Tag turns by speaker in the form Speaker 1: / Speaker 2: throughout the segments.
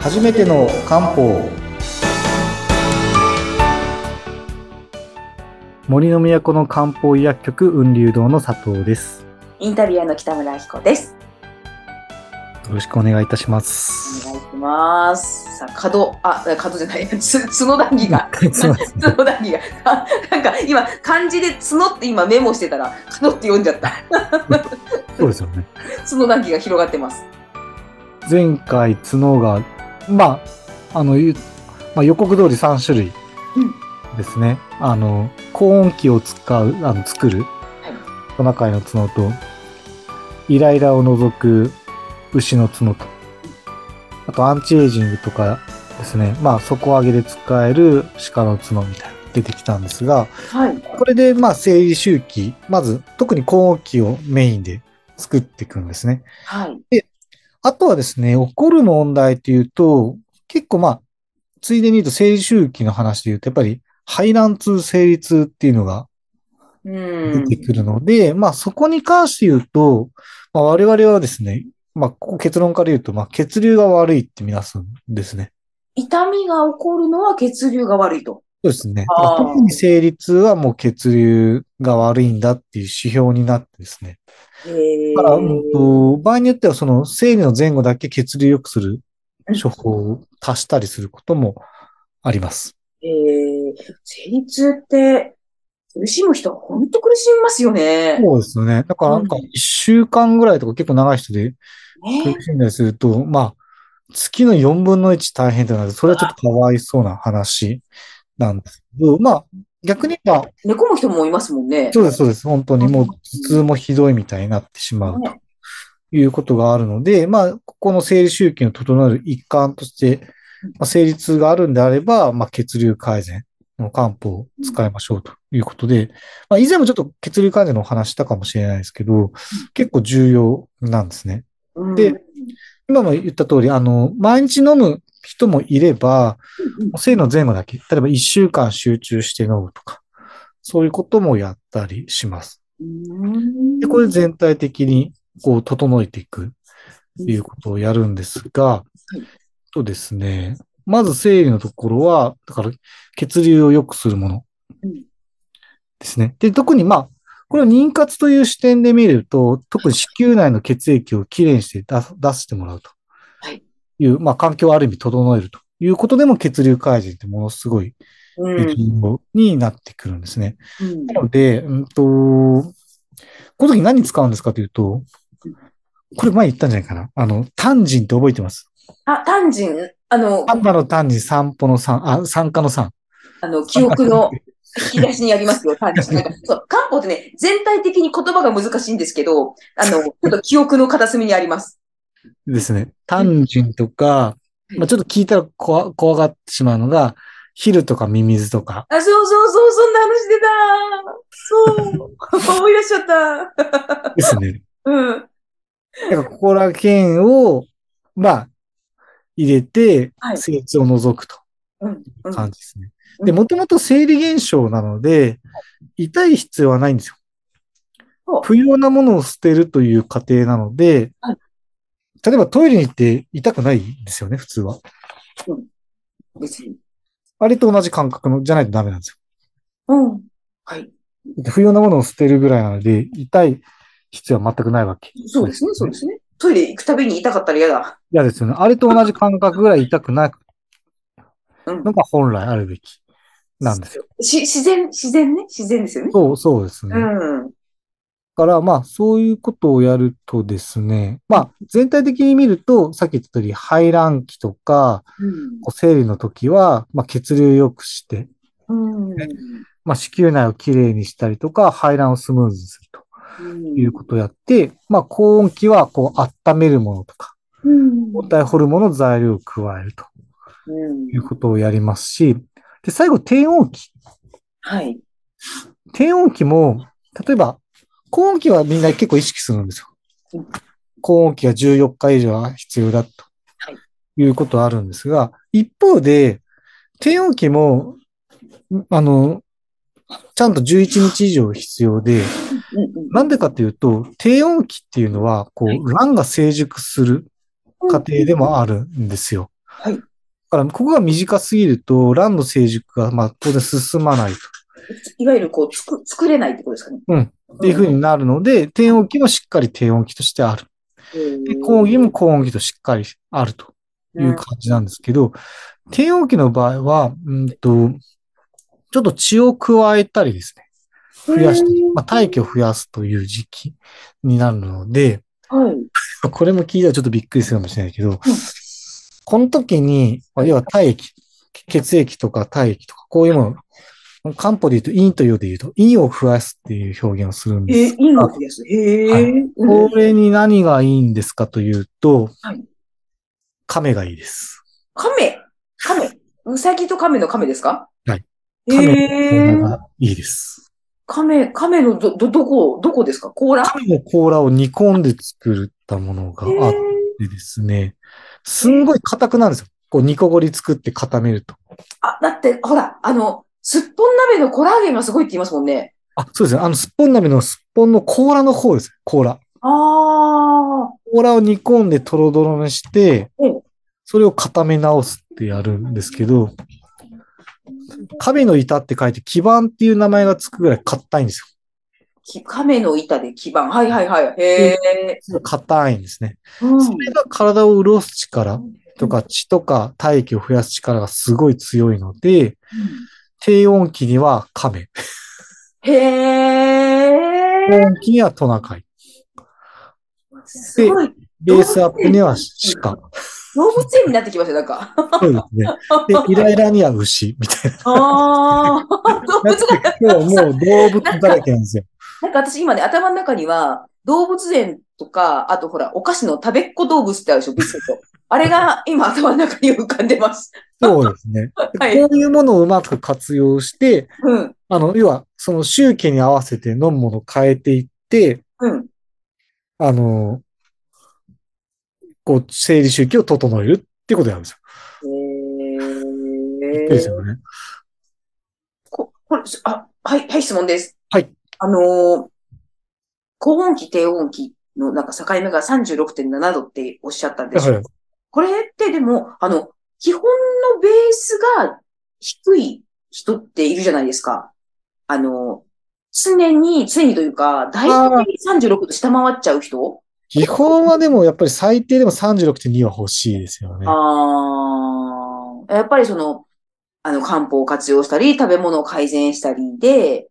Speaker 1: 初めての漢方森の都の漢方医薬局雲龍堂の佐藤です
Speaker 2: インタビュアーの北村彦です。
Speaker 1: よろしくお願いいたしま
Speaker 2: お
Speaker 1: す
Speaker 2: 願いします。さあ、角、あ、角じゃない、 つ、角談義が。
Speaker 1: そうですね
Speaker 2: 角談義が。あなんか今、漢字で角って今メモしてたら、角って読んじゃった。
Speaker 1: そうですよね
Speaker 2: 角談義が広がってます。
Speaker 1: 前回角がまああの、ゆまあ、予告通り3種類
Speaker 2: うん
Speaker 1: ですね、あの高音器を使うあの作るトナカイの角とイライラを除く牛の角とあとアンチエイジングとかですねまあ底上げで使える鹿の角みたいなの出てきたんですが
Speaker 2: はい。
Speaker 1: これでまあ生理周期まず特に高音器をメインで作っていくんですね
Speaker 2: はい。
Speaker 1: あとはですね、起こる問題っていうと、結構まあ、ついでに言うと生理周期の話で言うと、やっぱり排卵痛、生理痛っていうのが
Speaker 2: う
Speaker 1: 出
Speaker 2: ん。
Speaker 1: てくるので、まあそこに関して言うと、まあ我々はですね、まあここ結論から言うと、まあ血流が悪いってみなすんですね。
Speaker 2: 痛みが起こるのは血流が悪いと。
Speaker 1: そうですね。
Speaker 2: あー
Speaker 1: 特に生理痛はもう血流が悪いんだっていう指標になってですね。
Speaker 2: へえ
Speaker 1: だから、うんと、場合によってはその生理の前後だけ血流良くする処方を足したりすることもあります。
Speaker 2: えー、生理痛って、苦しむ人は本当苦しみますよね。
Speaker 1: そうですよね。だからなんか
Speaker 2: うん
Speaker 1: 一週間ぐらいとか結構長い人で
Speaker 2: ね
Speaker 1: 苦しんだりすると、まあ、月の4分の1大変となる。それはちょっとかわいそうな話なんですけど、まあ、逆に言えば、
Speaker 2: 寝込む人もいますもんね。
Speaker 1: そうです、そうです。本当にもう頭痛もひどいみたいになってしまうということがあるので、まあ、ここの生理周期の整える一環として、まあ、生理痛があるんであれば、まあ、血流改善の漢方を使いましょうということで、まあ、以前もちょっと血流改善のお話したかもしれないですけど、結構重要なんですね。
Speaker 2: うん
Speaker 1: で今も言った通り、あの、毎日飲む人もいれば、
Speaker 2: うん
Speaker 1: 生理の前後だけ、例えば1週間集中して飲むとか、そういうこともやったりします。
Speaker 2: うん
Speaker 1: で、これ全体的に、こう、整えていく、いうことをやるんですが、
Speaker 2: い
Speaker 1: そうですね。まず生理のところは、だから、血流を良くするもの
Speaker 2: うん
Speaker 1: ですね。で、特にまあ、これを妊活という視点で見ると、特に子宮内の血液をきれいにして出す出してもらうと
Speaker 2: はい
Speaker 1: いう、まあ、環境をある意味整えるということでも血流改善ってものすごい
Speaker 2: うん
Speaker 1: 重要になってくるんですね。
Speaker 2: うん
Speaker 1: なので、うんと、この時何に使うんですかというと、これ前言ったんじゃないかな。あの、単人って覚えてます。
Speaker 2: あ、単人、あの、
Speaker 1: パンダの単人、散歩の散、あ、参加の散。
Speaker 2: あの、記憶の引き出しにありま すよ、単人。なんか、そう、漢方ってね、全体的に言葉が難しいんですけど、あの、ちょっと記憶の片隅にあります。
Speaker 1: ですね。単人とか、
Speaker 2: うん
Speaker 1: まあ、ちょっと聞いたら怖怖がってしまうのが、昼とかミミズとか、
Speaker 2: あ、そうそうそう、そんな話出た。そう。思い出しちゃった。
Speaker 1: ですね。
Speaker 2: うん。
Speaker 1: だからここら辺を、まあ、入れて
Speaker 2: は、い
Speaker 1: 性質を除くと。
Speaker 2: うん。うん
Speaker 1: 感じですね。
Speaker 2: うん
Speaker 1: で、もともと生理現象なので、痛い必要はないんですよ
Speaker 2: そう。
Speaker 1: 不要なものを捨てるという過程なので
Speaker 2: はい、
Speaker 1: 例えばトイレに行って痛くないんですよね、普通は。
Speaker 2: 別に。
Speaker 1: あれと同じ感覚の、じゃないとダメなんです
Speaker 2: うん。はい。
Speaker 1: よ。不要なものを捨てるぐらいなので、痛い必要は全くないわけ。
Speaker 2: そうですね、そうですね。トイレ行くたびに痛かったら嫌だ。
Speaker 1: 嫌ですよね。あれと同じ感覚ぐらい痛くない
Speaker 2: うん
Speaker 1: の。が本来あるべきなんですよ。
Speaker 2: し、自然、自然ね。自然ですよね。
Speaker 1: そう、そうですね。
Speaker 2: うん。
Speaker 1: だから、まあ、そういうことをやるとですね、まあ、全体的に見ると、さっき言った通り、排卵期とか、
Speaker 2: うん。
Speaker 1: こう生理の時は、まあ、血流を良くして、
Speaker 2: うん。
Speaker 1: まあ、子宮内をきれいにしたりとか、排卵をスムーズにするということをやって、まあ、高温期は、こう、温めるものとか、
Speaker 2: うん。
Speaker 1: 抗体ホルモンの材料を加えると
Speaker 2: うん
Speaker 1: いうことをやりますし、で、最後、低温期。
Speaker 2: はい。
Speaker 1: 低温期も、例えば、高温期はみんな結構意識するんです
Speaker 2: う
Speaker 1: よ
Speaker 2: ん。
Speaker 1: 高温期が14日以上は必要だと。
Speaker 2: はい
Speaker 1: い。うことはあるんですが、一方で、低温期も、あの、ちゃんと11日以上必要で、
Speaker 2: うんうん
Speaker 1: なんでかというと、低温期っていうのは、こ、
Speaker 2: はいう
Speaker 1: 卵が成熟する過程でもあるんですよ。
Speaker 2: はい
Speaker 1: だから、ここが短すぎると、卵の成熟が、まあ、当然進まないと。
Speaker 2: いわゆるこう、つく、作れないってことですかね。
Speaker 1: うん。っていうふうになるので、低温期もしっかり低温期としてある。で、
Speaker 2: に
Speaker 1: 高温期も高温期としっかりあると。いう感じなんですけど、低温期の場合は、うんと、ちょっと血を加えたりですね、増やしたり、まあ、大気を増やすという時期になるので、
Speaker 2: はい。
Speaker 1: これも聞いたらちょっとびっくりするかもしれないけど、この時に、まあ要は体液、血液とか体液とか、こういうもの、漢方で言うと陰と陽で言うと陰を増やすっていう表現をするん
Speaker 2: え
Speaker 1: です
Speaker 2: ー、因果です。へえ。
Speaker 1: はい
Speaker 2: うん
Speaker 1: これに何がいいんですかというと
Speaker 2: はい、
Speaker 1: 亀がいいです。
Speaker 2: 亀亀うさぎと亀の亀ですか
Speaker 1: はい。
Speaker 2: へえ
Speaker 1: 亀。がいいです。
Speaker 2: 亀、亀のど、ど、どこ、どこですか甲羅
Speaker 1: 亀の甲羅を煮込んで作ったものがあっ
Speaker 2: へー
Speaker 1: てですね、すんごい硬くなるんですよ。こう、煮こごり作って固めると。
Speaker 2: あ、だって、ほら、あの、すっぽん鍋のコラーゲンがすごいって言いますもんね。
Speaker 1: あ、そうですね。あの、すっぽん鍋のすっぽんの甲羅の方です。甲羅。
Speaker 2: ああ、
Speaker 1: 甲羅を煮込んでとろどろにして
Speaker 2: うん、
Speaker 1: それを固め直すってやるんですけど、亀の板って書いて、基板っていう名前がつくぐらい硬いんです
Speaker 2: き亀の板で基盤。はいはいはい。へえ。
Speaker 1: よ。硬いんですね。
Speaker 2: うん
Speaker 1: それが体を潤す力とか血とか体液を増やす力がすごい強いので、低温期には亀、
Speaker 2: へ
Speaker 1: 高
Speaker 2: え。
Speaker 1: 温期にはトナカイ、
Speaker 2: すごい。
Speaker 1: ベースアップには鹿。
Speaker 2: 動物園になってきました、なんか。
Speaker 1: そうですね。で、イライラには牛みたい
Speaker 2: ああ、 動
Speaker 1: な。
Speaker 2: 物が、
Speaker 1: 今日もう動物だらけなんですよ。
Speaker 2: なんか私今ね、頭の中には、動物園とか、あとほら、お菓子の食べっ子動物ってあるでしょ、ビスケット。あれが今頭の中に浮かんでます。
Speaker 1: そうですね。
Speaker 2: はい
Speaker 1: こういうものをうまく活用して、
Speaker 2: うん、
Speaker 1: あの、要は、その周期に合わせて飲むものを変えていって、
Speaker 2: うん。
Speaker 1: あの、こう、生理周期を整えるってことなんですよ。
Speaker 2: へ
Speaker 1: です
Speaker 2: ー
Speaker 1: よね。
Speaker 2: ここれ、あ、はい、はい、質問です。
Speaker 1: はい。
Speaker 2: あのー高温期、低温期のなんか境目が36.7度っておっしゃったんで
Speaker 1: だ
Speaker 2: す
Speaker 1: か
Speaker 2: よ。
Speaker 1: ら、
Speaker 2: これってでも、あの、基本のベースが低い人っているじゃないですか。あの、常に、常にというか、大体36度下回っちゃう人
Speaker 1: 基本はでもやっぱり最低でも36.2は欲しいですよね。
Speaker 2: ああ、やっぱりその、あの、漢方を活用したり、食べ物を改善したりで、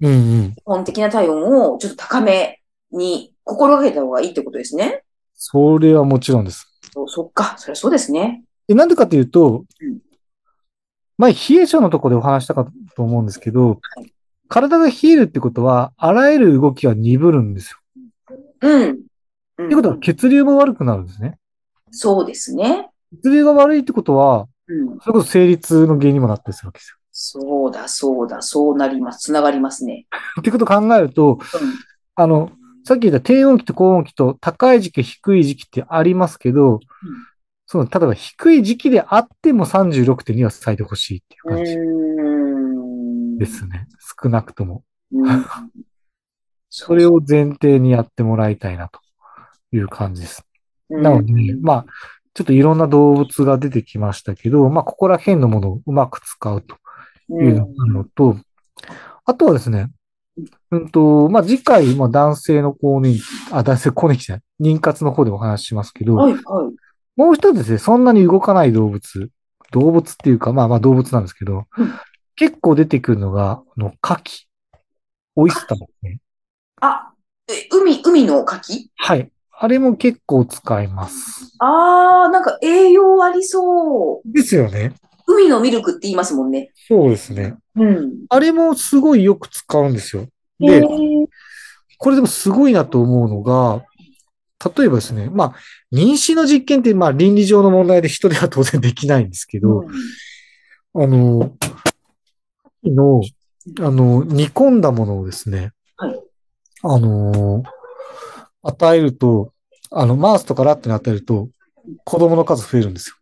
Speaker 1: うんうん。
Speaker 2: 基本的な体温をちょっと高めに心がけた方がいいってことですね。
Speaker 1: それはもちろんです。
Speaker 2: そそっか、そりゃそうですね。
Speaker 1: でなんでかというと
Speaker 2: うん、
Speaker 1: 前、冷え性のところでお話したかと思うんですけど、体が冷えるってことは、あらゆる動きが鈍るんですよ。
Speaker 2: うん。うん
Speaker 1: ってことは、血流も悪くなるんですね。
Speaker 2: そうですね。
Speaker 1: 血流が悪いってことは、
Speaker 2: うん。
Speaker 1: それこそ生理痛の原因にもなったりするわけですよ。
Speaker 2: そうだ、そうだ、そうなります。つながりますね。
Speaker 1: ってことを考えると、あの、さっき言った低温期と高温期と高い時期、低い時期ってありますけど、その、例えば低い時期であっても36.2は最低欲しいっていう
Speaker 2: う
Speaker 1: 感じ
Speaker 2: ん。うーん。
Speaker 1: ですね。少なくとも。
Speaker 2: うん。
Speaker 1: それを前提にやってもらいたいなという感じです。
Speaker 2: うん、
Speaker 1: なので、まあ、ちょっといろんな動物が出てきましたけど、まあ、ここら辺のものをうまく使うと
Speaker 2: う
Speaker 1: いうの
Speaker 2: ん
Speaker 1: があるのと、あとはですね、うんと、まあ、次回、まあ、男性の更年期、あ、男性更年期じゃない、妊活の方でお話ししますけど、
Speaker 2: はい、はい。
Speaker 1: もう一つですね、そんなに動かない動物、動物っていうか、まあまあ動物なんですけど、
Speaker 2: うん
Speaker 1: 結構出てくるのが、あの、牡蠣、オイスターですね。
Speaker 2: あ、え、海、海の柿
Speaker 1: はい。あれも結構使います。
Speaker 2: あー、なんか栄養ありそう。
Speaker 1: ですよね。
Speaker 2: 海のミルクって言いますもんね。
Speaker 1: そうですね。
Speaker 2: うん。
Speaker 1: あれもすごいよく使うんですよ。で、
Speaker 2: へー
Speaker 1: これでもすごいなと思うのが、例えばですね、まあ、妊娠の実験って、まあ、倫理上の問題で人では当然できないんですけど、
Speaker 2: うん
Speaker 1: あの、の、あの、煮込んだものをですね、
Speaker 2: はい
Speaker 1: あの、与えると、あの、マウスとかラットに与えると、子供の数増えるんですよ。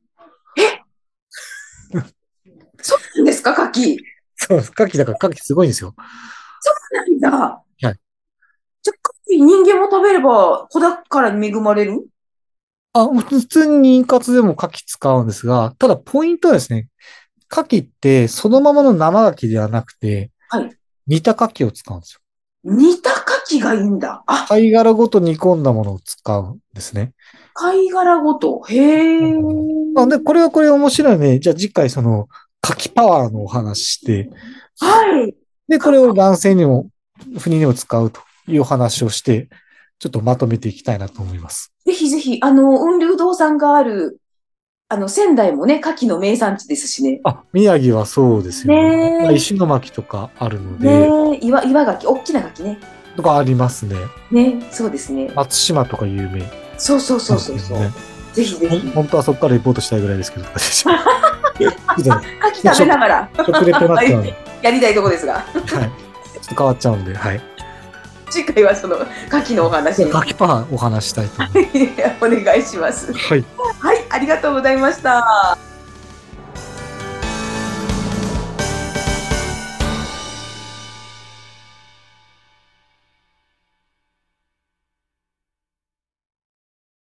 Speaker 2: そうなんですか、柿
Speaker 1: そうです。カキだからカキすごいんですよ。。
Speaker 2: なんだ。はいじゃあ、柿人間も食べれば、子だから恵まれる
Speaker 1: あ、普通に妊活でも牡蠣使うんですが、ただポイントはですね、牡蠣ってそのままの生牡蠣ではなくて、
Speaker 2: はい
Speaker 1: 煮た牡蠣を使うんですよ。
Speaker 2: 煮た牡蠣がいいんだ。あ、
Speaker 1: 貝殻ごと煮込んだものを使うんですね。
Speaker 2: 貝殻ごと。へえ。
Speaker 1: あで、これはこれ面白いね。じゃあ次回その牡蠣パワーのお話して、
Speaker 2: はい。
Speaker 1: で、これを男性にも、不妊にも使うというお話をして、ちょっとまとめていきたいなと思います。
Speaker 2: ぜひぜひ、あの、雲流堂さんがある、あの、仙台もね、牡蠣の名産地ですしね。
Speaker 1: あ、宮城はそうですよ
Speaker 2: ねえ
Speaker 1: ね。まあ石巻とかあるので、
Speaker 2: ねえ、岩、岩牡蠣、大きな牡蠣ね。
Speaker 1: とかありますね。
Speaker 2: ね、そうですね。
Speaker 1: 松島とか有名、
Speaker 2: そうそうそうそうそう。
Speaker 1: ね
Speaker 2: ぜひぜ
Speaker 1: ほん
Speaker 2: ひ。
Speaker 1: 本当はそこからレポートしたいぐらいですけど、私 ちょっ
Speaker 2: 牡蠣食べながら
Speaker 1: と食レポになっちゃうんで、
Speaker 2: やりたいとこですが、
Speaker 1: はい。ちょっと変わっちゃうんで、はい。
Speaker 2: 次回はその牡蠣のお話
Speaker 1: じゃ
Speaker 2: に
Speaker 1: あ、キパーお話したいと思います。
Speaker 2: お願いします。
Speaker 1: はい。
Speaker 2: はい、ありがとうございました。